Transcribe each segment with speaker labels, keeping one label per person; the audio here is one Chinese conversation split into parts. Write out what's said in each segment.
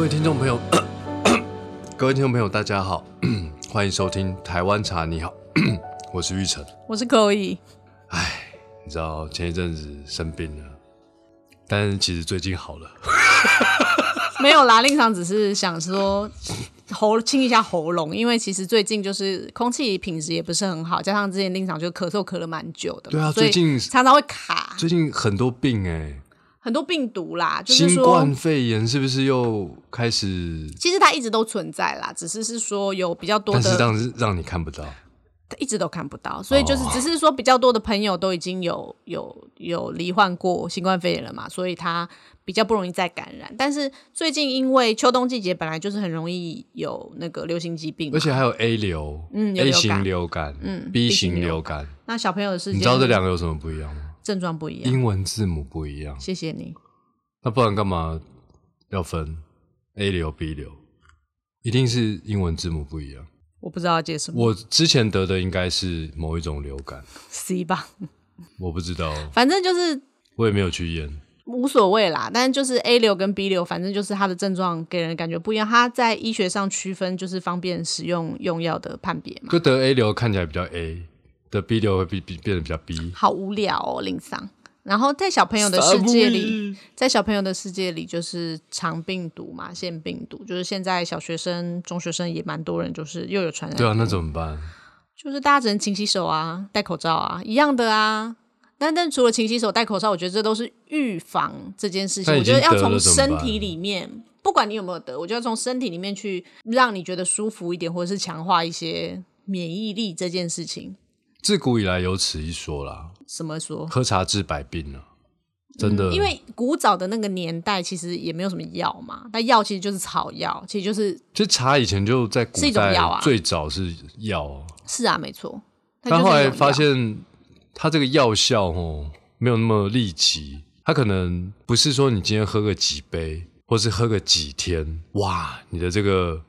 Speaker 1: 位听众朋友， 各位听众朋友，大家好， 欢迎收听《台湾茶你好》， 我是玉成。
Speaker 2: 我是 Chloe，
Speaker 1: 你知道前一阵子生病了，但是其实最近好了。
Speaker 2: 没有啦，令长只是想说喉清一下喉咙，因为其实最近就是空气品质也不是很好，加上之前令长就咳嗽咳了蛮久的嘛，
Speaker 1: 对啊
Speaker 2: 所
Speaker 1: 最
Speaker 2: 以
Speaker 1: 近
Speaker 2: 常常会卡
Speaker 1: 最近很多病哎、
Speaker 2: 很多病毒啦，就是
Speaker 1: 新
Speaker 2: 说
Speaker 1: 冠肺炎是不是又开始？
Speaker 2: 其实它一直都存在啦，只是是说有比较多嗯
Speaker 1: 但是
Speaker 2: 的
Speaker 1: 让让你看不到，
Speaker 2: 一直都看不到，所以
Speaker 1: 哦
Speaker 2: 就是只是说比较多的朋友都已经有有有罹患过新冠肺炎了嘛，所以它比较不容易再感染。但是最近因为秋冬季节本来就是很容易有那个流行疾病嘛
Speaker 1: 而，且还有 A 流，
Speaker 2: 嗯
Speaker 1: ，A
Speaker 2: 有流感
Speaker 1: 型流感，嗯，B 型流感，
Speaker 2: 那小朋友的事
Speaker 1: 你
Speaker 2: 情
Speaker 1: 知道这两个有什么不一样吗？
Speaker 2: 症状不一样。
Speaker 1: 英文字母不一样，
Speaker 2: 谢谢你，
Speaker 1: 那不然干嘛要分 A 流 B 流？一定是英文字母不一样。
Speaker 2: 我不知道要接什么
Speaker 1: 我之前得的应该是某一种流感，
Speaker 2: C 吧，
Speaker 1: 我不知道，
Speaker 2: 反正就是
Speaker 1: 我也没有去验。
Speaker 2: 无所谓啦。但是就是 A 流跟 B 流，反正就是它的症状给人的感觉不一样，它在医学上区分就是方便使用用药的判别嘛。
Speaker 1: 就得 A 流看起来比较 A，得 B 流会比比变得比较 B。
Speaker 2: 好无聊哦，林桑。然后在小朋友的世界里，在小朋友的世界里，就是肠病毒嘛，腺病毒，就是现在小学生、中学生也蛮多人，就是又有传染。
Speaker 1: 对啊，那怎么办？
Speaker 2: 就是大家只能勤洗手啊，戴口罩啊，一样的啊。但但除了勤洗手、戴口罩，我觉得这都是预防这件事情。
Speaker 1: 那已
Speaker 2: 我觉
Speaker 1: 经
Speaker 2: 得要
Speaker 1: 得了
Speaker 2: 从
Speaker 1: 怎么
Speaker 2: 身
Speaker 1: 办
Speaker 2: 体里面，不管你有没有得，我就要从身体里面去让你觉得舒服一点，或者是强化一些免疫力这件事情。
Speaker 1: 自古以来有此一说啦，
Speaker 2: 怎么说？
Speaker 1: 喝茶治百病啊，真的。
Speaker 2: 嗯因为古早的那个年代，其实也没有什么药嘛，那药其实就是草药，其实就是
Speaker 1: 其实茶以前就在古
Speaker 2: 是一种
Speaker 1: 代
Speaker 2: 药啊
Speaker 1: 最早是药啊，
Speaker 2: 是啊，没错。它就
Speaker 1: 但
Speaker 2: 是
Speaker 1: 后
Speaker 2: 一
Speaker 1: 来
Speaker 2: 种
Speaker 1: 发
Speaker 2: 药
Speaker 1: 现它这个药效哦没有那么立即，它可能不是说你今天喝个几杯，或是喝个几天，哇，你的这个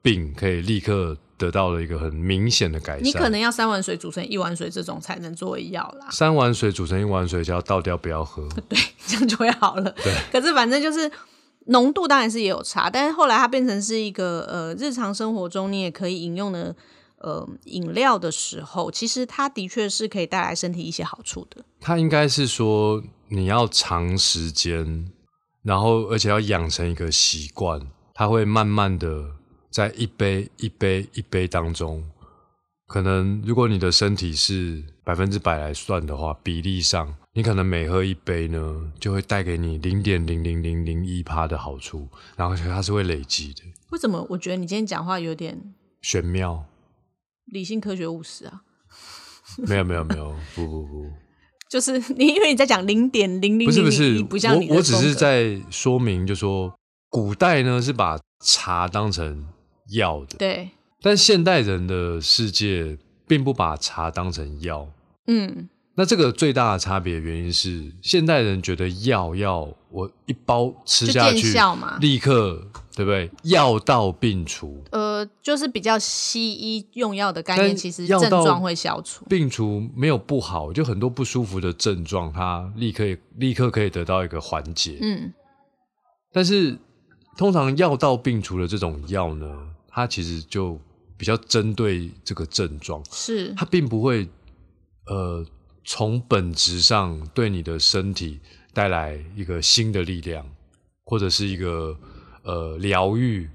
Speaker 1: 病可以立刻得到了一个很明显的改善。
Speaker 2: 你可能要三碗水煮成一碗水这种才能作为药啦。
Speaker 1: 三碗水煮成一碗水，就要倒掉，不要喝。
Speaker 2: 对，这样就会好了。 可是反正就是浓度当然是也有差，但是后来它变成是一个呃日常生活中你也可以饮用的呃饮料的时候，其实它的确是可以带来身体一些好处的。
Speaker 1: 它应该是说你要长时间，然后而且要养成一个习惯，它会慢慢的在一杯一杯一杯当中，可能如果你的身体是百分之百来算的话，比例上，你可能每喝一杯呢，就会带给你零点零零零零一趴的好处，然后它是会累积的，
Speaker 2: 为什么我觉得你今天讲话有点
Speaker 1: 玄妙。
Speaker 2: 理性、科学、务实啊？
Speaker 1: 没有没有没有，不不不，
Speaker 2: 就是 你，因为你在讲零点零零，
Speaker 1: 不是不是，
Speaker 2: 不像你的
Speaker 1: 我我只
Speaker 2: 风
Speaker 1: 是
Speaker 2: 格
Speaker 1: 在说明，就说古代呢是把茶当成药的，
Speaker 2: 对，
Speaker 1: 但现代人的世界并不把茶当成药。
Speaker 2: 嗯，
Speaker 1: 那这个最大的差别原因是，现代人觉得药要我一包吃
Speaker 2: 就
Speaker 1: 下
Speaker 2: 见
Speaker 1: 去，
Speaker 2: 效嘛。
Speaker 1: 立刻对不对？药到病除，
Speaker 2: 呃，就是比较西医用药的概
Speaker 1: 但
Speaker 2: 念，其实
Speaker 1: 药
Speaker 2: 症
Speaker 1: 到
Speaker 2: 状会消除。
Speaker 1: 病除没有不好，就很多不舒服的症状，它立刻立刻可以得到一个缓解。
Speaker 2: 嗯，
Speaker 1: 但是通常药到病除的这种药呢，它其实就比较针对这个症状，
Speaker 2: 是
Speaker 1: 它并不会呃从本质上对你的身体带来一个新的力量，或者是一个呃疗愈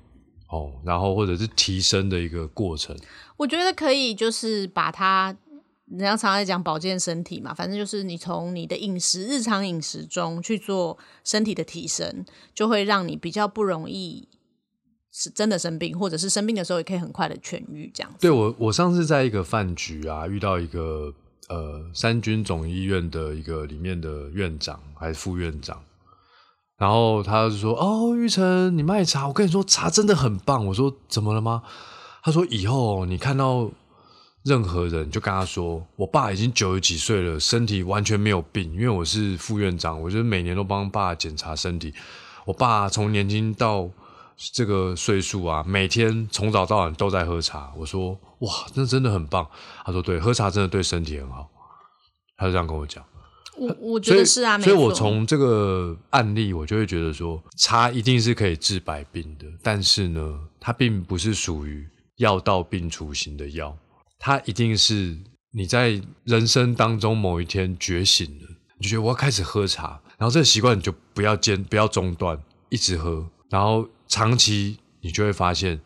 Speaker 1: 哦，然后或者是提升的一个过程。
Speaker 2: 我觉得可以，就是把它，人家常在讲保健身体嘛，反正就是你从你的饮食、日常饮食中去做身体的提升，就会让你比较不容易是真的生病，或者是生病的时候也可以很快的痊愈，这样子。
Speaker 1: 对我，我上次在一个饭局啊，遇到一个呃三军总医院的一个里面的院长还是副院长，然后他就说：“哦，玉成，你卖茶，我跟你说茶真的很棒。”我说：“怎么了吗？”他说：“以后你看到任何人，你就跟他说，我爸已经九十几岁了，身体完全没有病，因为我是副院长，我就是每年都帮爸检查身体。我爸从年轻到这个岁数啊，每天从早到晚都在喝茶。我说哇，那真的很棒。他说对，喝茶真的对身体很好。他就这样跟我讲。
Speaker 2: 我我觉
Speaker 1: 所以
Speaker 2: 得是啊，没
Speaker 1: 所以我
Speaker 2: 错
Speaker 1: 从这个案例，我就会觉得说，茶一定是可以治百病的，但是呢，它并不是属于药到病除型的药，它一定是你在人生当中某一天觉醒了，你就觉得我要开始喝茶，然后这个习惯你就不要间不要中断，一直喝，然后长期你就会发现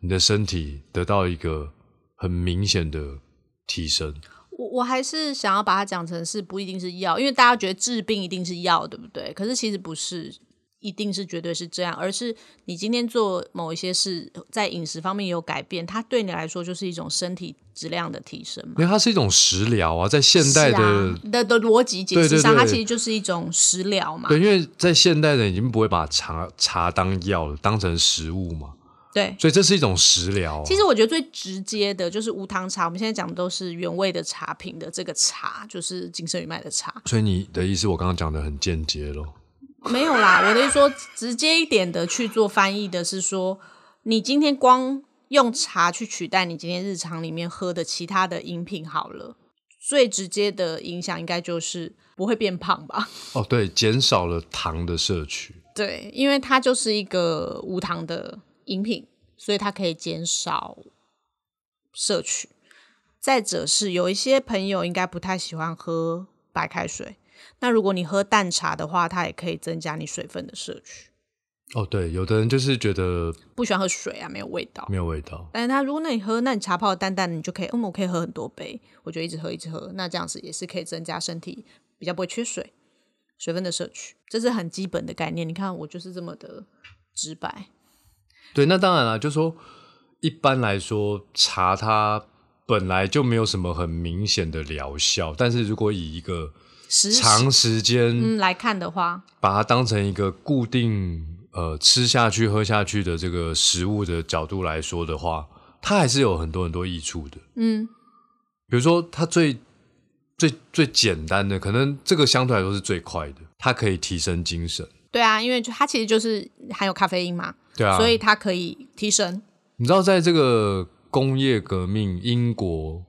Speaker 1: 你的身体得到一个很明显的提升。
Speaker 2: 我我还是想要把它讲成是不一定是药，因为大家觉得治病一定是药，对不对？可是其实不是，一定是绝对是这样，而是你今天做某一些事，在饮食方面有改变，它对你来说就是一种身体质量的提升嘛。
Speaker 1: 因为它是一种食疗啊，在现代的、
Speaker 2: 是啊、的的逻辑解释上，
Speaker 1: 对对对
Speaker 2: 它其实就是一种食疗嘛。
Speaker 1: 对，因为在现代人已经不会把茶茶当药了，当成食物嘛，
Speaker 2: 对，
Speaker 1: 所以这是一种食疗啊、
Speaker 2: 其实我觉得最直接的就是无糖茶，我们现在讲的都是原味的茶品的这个茶，就是金圣宇卖的茶。
Speaker 1: 所以你的意思，我刚刚讲的很间接咯。
Speaker 2: 没有啦，我的意思说直接一点的去做翻译的是说，你今天光用茶去取代你今天日常里面喝的其他的饮品好了，最直接的影响应该就是不会变胖吧？
Speaker 1: 哦，对，减少了糖的摄取，
Speaker 2: 对，因为它就是一个无糖的饮品，所以它可以减少摄取。再者是有一些朋友应该不太喜欢喝白开水，那如果你喝淡茶的话，它也可以增加你水分的摄取。
Speaker 1: 哦，对，有的人就是觉得
Speaker 2: 不喜欢喝水啊，没有味道。
Speaker 1: 没有味道，
Speaker 2: 但是他如果那你喝，那你茶泡的淡淡的，你就可以，嗯，我可以喝很多杯，我就一直喝一直喝，那这样子也是可以增加身体比较不会缺水水分的摄取，这是很基本的概念。你看我就是这么的直白，
Speaker 1: 对，那当然啦，就说一般来说，茶它本来就没有什么很明显的疗效，但是如果以一个
Speaker 2: 实
Speaker 1: 长时间、
Speaker 2: 嗯来看的话，
Speaker 1: 把它当成一个固定呃吃下去、喝下去的这个食物的角度来说的话，它还是有很多很多益处的。
Speaker 2: 嗯，
Speaker 1: 比如说，它最最最简单的，可能这个相对来说是最快的，它可以提升精神。
Speaker 2: 对啊，因为就它其实就是含有咖啡因嘛，
Speaker 1: 对啊，
Speaker 2: 所以它可以提神。
Speaker 1: 你知道，在这个工业革命，英国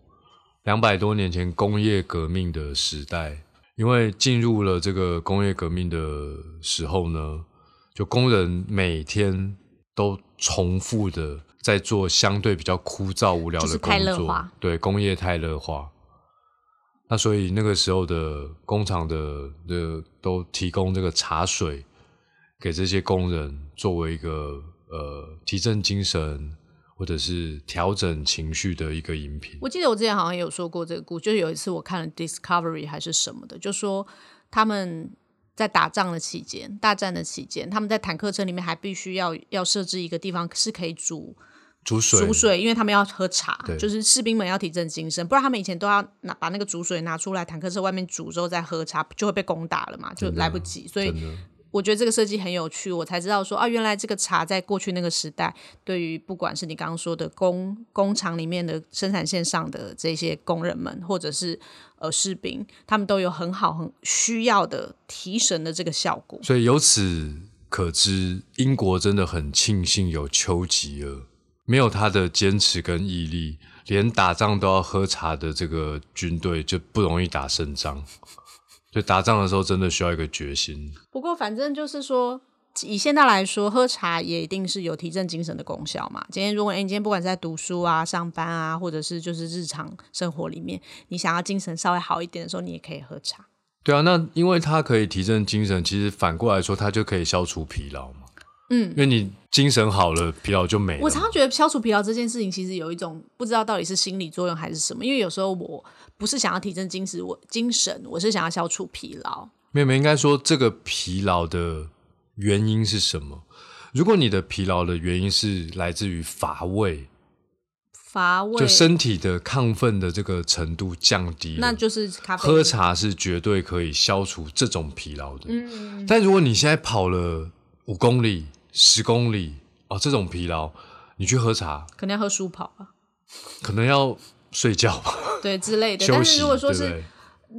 Speaker 1: 两百多年前工业革命的时代，因为进入了这个工业革命的时候呢，就工人每天都重复的在做相对比较枯燥无聊
Speaker 2: 就
Speaker 1: 的
Speaker 2: 是
Speaker 1: 工
Speaker 2: 泰勒
Speaker 1: 作
Speaker 2: 化，
Speaker 1: 对，工业泰勒化。那所以那个时候的工厂的的都提供这个茶水给这些工人作为一个呃提振精神或者是调整情绪的一个饮品。
Speaker 2: 我记得我之前好像有说过这个故事，就是有一次我看了 Discovery 还是什么的，就说他们在打仗的期间，大战的期间，他们在坦克车里面还必须要要设置一个地方是可以煮
Speaker 1: 煮水，
Speaker 2: 煮水，因为他们要喝茶
Speaker 1: 对，
Speaker 2: 就是士兵们要提振精神，不然他们以前都要拿把那个煮水拿出来，坦克车外面煮之后再喝茶，就会被攻打了嘛，就来不及，所以
Speaker 1: 真。的
Speaker 2: 我觉得这个设计很有趣，我才知道说啊，原来这个茶在过去那个时代，对于不管是你刚刚说的工工厂里面的生产线上的这些工人们，或者是呃士兵，他们都有很好很需要的提神的这个效果。
Speaker 1: 所以由此可知，英国真的很庆幸有丘吉尔，没有他的坚持跟毅力，连打仗都要喝茶的这个军队就不容易打胜仗。 所以打仗的时候真的需要一个决心。
Speaker 2: 不过反正就是说，以现在来说，喝茶也一定是有提振精神的功效嘛。今天如果哎、你今天不管是在读书啊、上班啊，或者是就是日常生活里面，你想要精神稍微好一点的时候，你也可以喝茶。
Speaker 1: 对啊，那因为它可以提振精神，其实反过来说，它就可以消除疲劳嘛。嗯，因为你精神好了，疲劳就没了
Speaker 2: 我
Speaker 1: 嘛。
Speaker 2: 常常觉得消除疲劳这件事情，其实有一种不知道到底是心理作用还是什么，因为有时候我不是想要提振精神，我精神我是想要消除疲劳。
Speaker 1: 妹妹应该说，这个疲劳的原因是什么？如果你的疲劳的原因是来自于乏味，
Speaker 2: 乏味，
Speaker 1: 就身体的亢奋的这个程度降低了，
Speaker 2: 那就是咖啡因
Speaker 1: 喝茶是绝对可以消除这种疲劳的。
Speaker 2: 嗯
Speaker 1: 但如果你现在跑了五公里、十公里哦，这种疲劳，你去喝茶
Speaker 2: 可能要喝舒跑啊，
Speaker 1: 可能要睡觉吧，
Speaker 2: 对之 类的。
Speaker 1: 休
Speaker 2: 但是
Speaker 1: 息，
Speaker 2: 如果说
Speaker 1: 对不
Speaker 2: 是
Speaker 1: 对？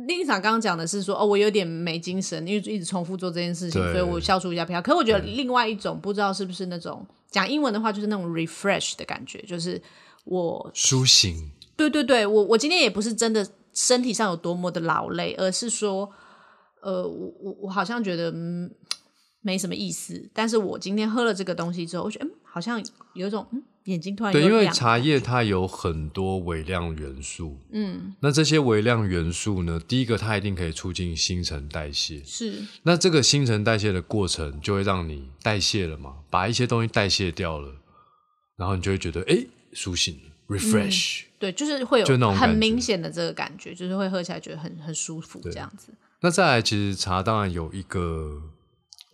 Speaker 2: 另一场刚刚讲的是说，哦，我有点没精神，因为一直重复做这件事情，
Speaker 1: 对
Speaker 2: 所以我消除一下疲劳。可我觉得另外一种不知道是不是那种讲英文的话，就是那种 refresh 的感觉，就是我
Speaker 1: 苏醒，
Speaker 2: 对对对，我我今天也不是真的身体上有多么的劳累，而是说呃，我我我好像觉得嗯没什么意思，但是我今天喝了这个东西之后，我觉得嗯好像有一种嗯眼睛突然
Speaker 1: 对，
Speaker 2: 又
Speaker 1: 因为
Speaker 2: 亮
Speaker 1: 茶
Speaker 2: 了
Speaker 1: 叶它有很多微量元素，
Speaker 2: 嗯
Speaker 1: 那这些微量元素呢，第一个它一定可以促进新陈代谢，
Speaker 2: 是
Speaker 1: 那这个新陈代谢的过程就会让你代谢了嘛，把一些东西代谢掉了，然后你就会觉得哎苏醒了，refresh。
Speaker 2: 对，就是会有
Speaker 1: 就那种
Speaker 2: 很
Speaker 1: 感
Speaker 2: 明
Speaker 1: 觉
Speaker 2: 显的这个感觉，就是会喝起来觉得很很舒服这样子。
Speaker 1: 那再来，其实茶当然有一个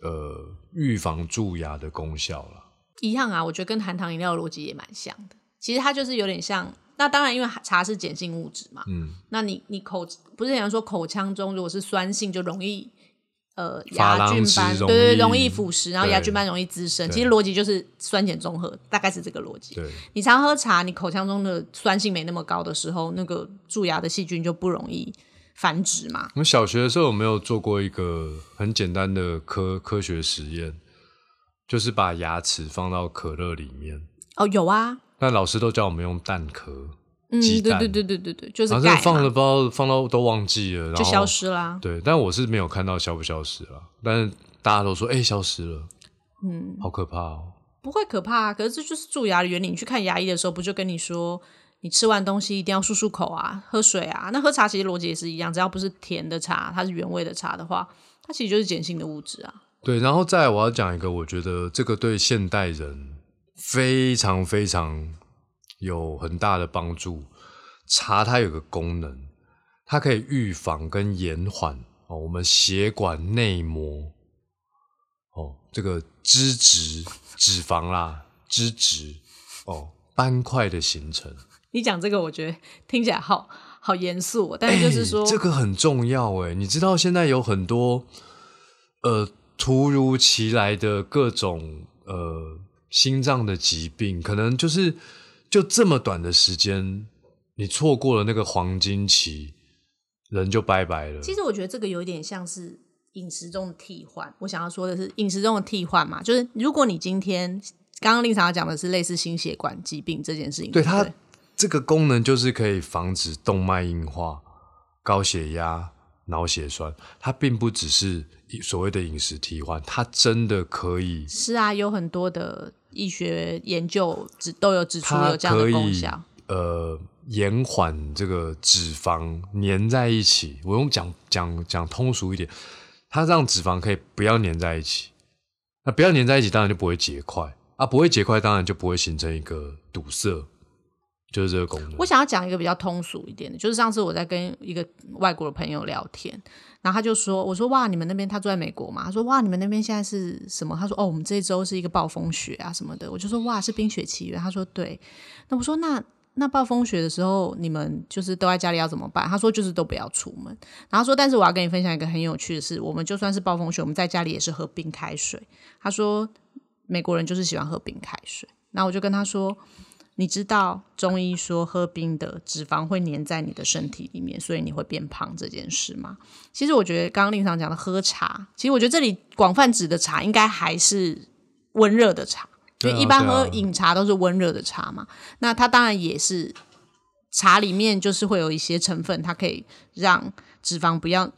Speaker 1: 呃预防蛀牙的功效啦。
Speaker 2: 一样啊，我觉得跟含糖饮料的逻辑也蛮像的。其实它就是有点像，那当然因为茶是碱性物质嘛，
Speaker 1: 嗯，
Speaker 2: 那你你口不是讲说口腔中如果是酸性就容易呃
Speaker 1: 珐
Speaker 2: 牙
Speaker 1: 琅
Speaker 2: 菌
Speaker 1: 质
Speaker 2: 斑，对
Speaker 1: 容
Speaker 2: 对，
Speaker 1: 易
Speaker 2: 容易腐蚀，然后牙菌
Speaker 1: 对
Speaker 2: 斑容易滋生。
Speaker 1: 对
Speaker 2: 其实逻辑就是酸碱中和，大概是这个逻辑。
Speaker 1: 对，
Speaker 2: 你常喝茶，你口腔中的酸性没那么高的时候，那个蛀牙的细菌就不容易繁殖嘛。
Speaker 1: 我们小学的时候有没有做过一个很简单的科科学实验？就是把牙齿放到可乐里面，
Speaker 2: 哦，有啊，
Speaker 1: 那老师都叫我们用蛋壳，
Speaker 2: 嗯，
Speaker 1: 鸡
Speaker 2: 对
Speaker 1: 蛋
Speaker 2: 对对对对对，就是
Speaker 1: 然后
Speaker 2: 钙
Speaker 1: 这
Speaker 2: 嘛
Speaker 1: 放了不知道放到都忘记了，然后
Speaker 2: 就消。失啦。
Speaker 1: 对，但我是没有看到消不消失了，但是大家都说哎、消失了，嗯，好可怕哦。
Speaker 2: 不会可怕、啊，可是这就是蛀牙的原理。你去看牙医的时候，不就跟你说，你吃完东西一定要漱漱口啊，喝水啊。那喝茶其实逻辑也是一样，只要不是甜的茶，它是原味的茶的话，它其实就是碱性的物质啊。
Speaker 1: 对，然后再来我要讲一个，我觉得这个对现代人非常非常有很大的帮助。茶它有个功能，它可以预防跟延缓哦我们血管内膜哦这个脂质、脂肪啦、脂质哦斑块的形成。
Speaker 2: 你讲这个，我觉得听起来好好严肃、哦，但是就是说，
Speaker 1: 欸这个很重要哎、你知道现在有很多呃突如其来的各种呃心脏的疾病，可能就是就这么短的时间，你错过了那个黄金期，人就拜拜了。
Speaker 2: 其实我觉得这个有点像是饮食中的替换。我想要说的是，饮食中的替换嘛，就是如果你今天刚刚令常讲的是类似心血管疾病这件事情，
Speaker 1: 对
Speaker 2: 不
Speaker 1: 它这个功能就是可以防止动脉硬化、高血压、脑血栓，它并不只是所谓的饮食替换，它真的可以
Speaker 2: 是啊，有很多的医学研究指都有指出
Speaker 1: 它
Speaker 2: 有这样的
Speaker 1: 可
Speaker 2: 功
Speaker 1: 以
Speaker 2: 效。
Speaker 1: 呃延缓这个脂肪粘在一起。我用讲讲讲通俗一点，它让脂肪可以不要粘在一起。那不要粘在一起，当然就不会结块啊，不会结块，当然就不会形成一个堵塞，就是这个功能
Speaker 2: 我。想要讲一个比较通俗一点的，就是上次我在跟一个外国的朋友聊天，然后他就说：“我说哇，你们那边他住在美国嘛？”他说：“哇，你们那边现在是什么？”他说：“哦，我们这一周是一个暴风雪啊什么的。”我就说：“哇，是《冰雪奇缘》。”他说：“对。”那我说：“那那暴风雪的时候，你们就是都在家里要怎么办？”他说：“就是都不要出门。”然后说：“但是我要跟你分享一个很有趣的事，我们就算是暴风雪，我们在家里也是喝冰开水。”他说：“美国人就是喜欢喝冰开水。”那我就跟他说。你知道中医说喝冰的脂肪会粘在你的身体里面，所以你会变胖这件事吗？其实我觉得刚刚令常讲的喝茶，其实我觉得这里广泛指的茶应该还是温热的茶，因
Speaker 1: 对啊
Speaker 2: 为一般
Speaker 1: 对啊
Speaker 2: 喝饮茶都是温热的茶嘛。那它当然也是茶里面就是会有一些成分，它可以让脂肪不要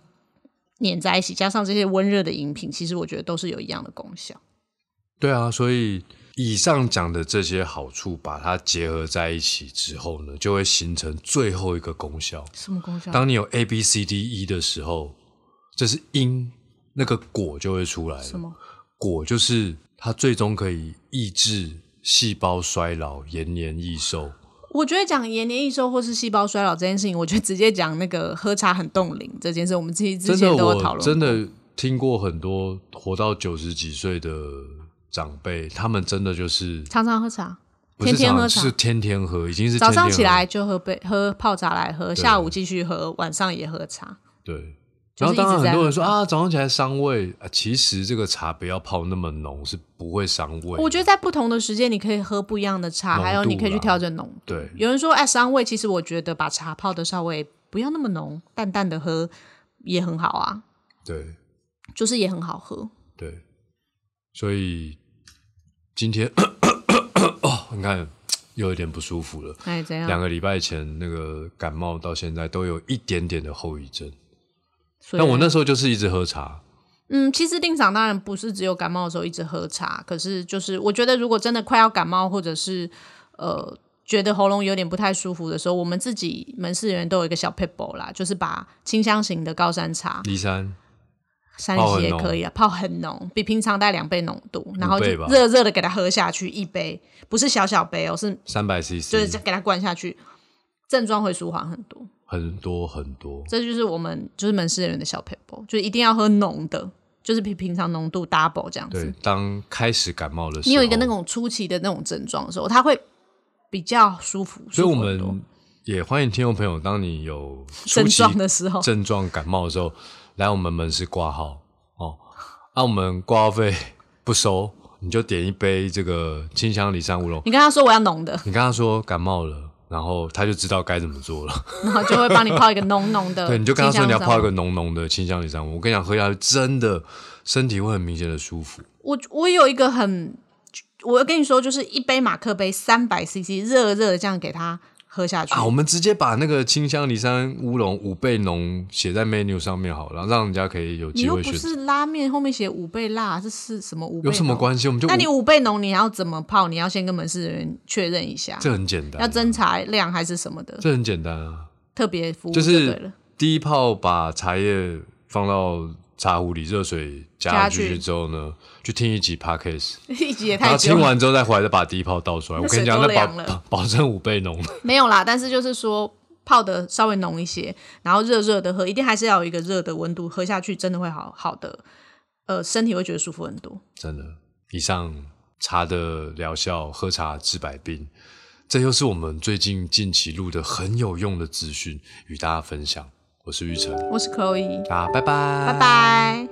Speaker 2: 粘在一起，加上这些温热的饮品，其实我觉得都是有一样的功效。
Speaker 1: 对啊，所以以上讲的这些好处，把它结合在一起之后呢，就会形成最后一个功效。
Speaker 2: 什么功效？
Speaker 1: 当你有 A B C D E 的时候，这是因，那个果就会出来了。
Speaker 2: 什么？
Speaker 1: 果就是它最终可以抑制细胞衰老、延年益寿。
Speaker 2: 我觉得讲延年益寿或是细胞衰老这件事情，我觉得直接讲那个喝茶很冻龄这件事，我们自己之
Speaker 1: 真
Speaker 2: 前
Speaker 1: 的，
Speaker 2: 都有讨
Speaker 1: 我
Speaker 2: 论。
Speaker 1: 真，的听过很多活到九十几岁的长辈，他们真的就是
Speaker 2: 常常喝茶，
Speaker 1: 不
Speaker 2: 天
Speaker 1: 是
Speaker 2: 天
Speaker 1: 常
Speaker 2: 喝
Speaker 1: 就
Speaker 2: 茶，
Speaker 1: 是天天喝，已经是天天
Speaker 2: 早
Speaker 1: 喝
Speaker 2: 上起来就喝杯喝泡茶来喝，下午继续喝，晚上也喝茶。
Speaker 1: 对。
Speaker 2: 就
Speaker 1: 然
Speaker 2: 是
Speaker 1: 后
Speaker 2: 一直在
Speaker 1: 当然
Speaker 2: 喝茶
Speaker 1: 很多人说啊，早上起来伤胃啊，其实这个茶不要泡那么浓，是不会伤胃的。
Speaker 2: 我觉得在不同的时间，你可以喝不一样的茶，
Speaker 1: 浓度
Speaker 2: 还有你可以去
Speaker 1: 啦嗯
Speaker 2: 调整浓度。
Speaker 1: 对
Speaker 2: 有人说哎伤胃，其实我觉得把茶泡的稍微不要那么浓，淡淡的喝也很好啊，
Speaker 1: 对，
Speaker 2: 就是也很好喝。
Speaker 1: 对，所以今天哦，你看又有点不舒服了。
Speaker 2: 哎，怎样
Speaker 1: 两？个礼拜前那个感冒到现在都有一点点的后遗症，
Speaker 2: 所以
Speaker 1: 但我那时候就是一直喝茶，
Speaker 2: 嗯，其实定赏当然不是只有感冒的时候一直喝茶，可是就是我觉得如果真的快要感冒，或者是呃觉得喉咙有点不太舒服的时候，我们自己门市人员都有一个小 p e b l e 啦，就是把清香型的高山茶、
Speaker 1: 离山
Speaker 2: 山
Speaker 1: 泡很
Speaker 2: 西也
Speaker 1: 浓
Speaker 2: 可以啊，泡很浓，比平常大概两倍浓度，然后就
Speaker 1: 倍吧
Speaker 2: 热热的给它喝下去一杯，不是小小杯哦，是
Speaker 1: 三百
Speaker 2: 就是
Speaker 1: CC
Speaker 2: 这给它灌下去，症状会舒缓很多。
Speaker 1: 很多很多，
Speaker 2: 这就是我们就是门市人员的小 p e b l e 就一定要喝浓的，就是比平常浓度 double 这样子
Speaker 1: 对。，当开始感冒的时候，
Speaker 2: 你有一个那种初期的那种症状的时候，它会比较舒服。
Speaker 1: 所以我
Speaker 2: 舒服很多
Speaker 1: 们也欢迎听众朋友，当你有初
Speaker 2: 症
Speaker 1: 期
Speaker 2: 状的时候，
Speaker 1: 症状感冒的时候，来我们门市挂号哦，按、我们挂号费不收，你就点一杯这个清香梨山乌龙。
Speaker 2: 你跟他说我要浓的，
Speaker 1: 你跟他说感冒了，然后他就知道该怎么做了。
Speaker 2: 然后就会帮你泡一个浓浓的。
Speaker 1: 对，你就跟他说你要泡一
Speaker 2: 个。
Speaker 1: 个浓浓的清香梨山乌龙。我跟你讲，喝下去真的身体会很明显的舒服。
Speaker 2: 我我有一个很，我要跟你说，就是一杯马克杯三百 CC 热热的这样给他喝下去。
Speaker 1: 啊，我们直接把那个清香梨山乌龙五倍浓写在 menu 上面好了，然后让人家可以有
Speaker 2: 你
Speaker 1: 机
Speaker 2: 又
Speaker 1: 会
Speaker 2: 不
Speaker 1: 选择。
Speaker 2: 是拉面后面写五倍辣，这是什么五倍？
Speaker 1: 有什么？关系？我们就
Speaker 2: 那你
Speaker 1: 五
Speaker 2: 五倍浓你要怎么泡？你要先跟门市人员确认一下，
Speaker 1: 这很简单啊、
Speaker 2: 要斟茶量还是什么的
Speaker 1: 这很简单啊。
Speaker 2: 特别服务
Speaker 1: 就
Speaker 2: 对
Speaker 1: 是
Speaker 2: 了。
Speaker 1: 第一泡把茶叶放到茶壶里，热水加
Speaker 2: 加
Speaker 1: 进去
Speaker 2: 去
Speaker 1: 之后呢，去听一集 podcast，
Speaker 2: 一集也
Speaker 1: 然
Speaker 2: 太
Speaker 1: 后
Speaker 2: 久
Speaker 1: 听
Speaker 2: 了。
Speaker 1: 完之后再回来再把第一泡倒出来。 我
Speaker 2: 那
Speaker 1: 跟你讲，那
Speaker 2: 水都凉
Speaker 1: 保
Speaker 2: 了
Speaker 1: 保保证五倍浓。
Speaker 2: 没有啦，但是就是说泡的稍微浓一些，然后热热的喝，一定还是要有一个热的温度，喝下去真的会好好的，呃，身体会觉得舒服很多。
Speaker 1: 真的。以上茶的疗效，喝茶治百病，这又是我们最近近期录的很有用的资讯与大家分享。我是玉成，
Speaker 2: 我是 Chloe，
Speaker 1: 大家拜拜，
Speaker 2: 拜拜。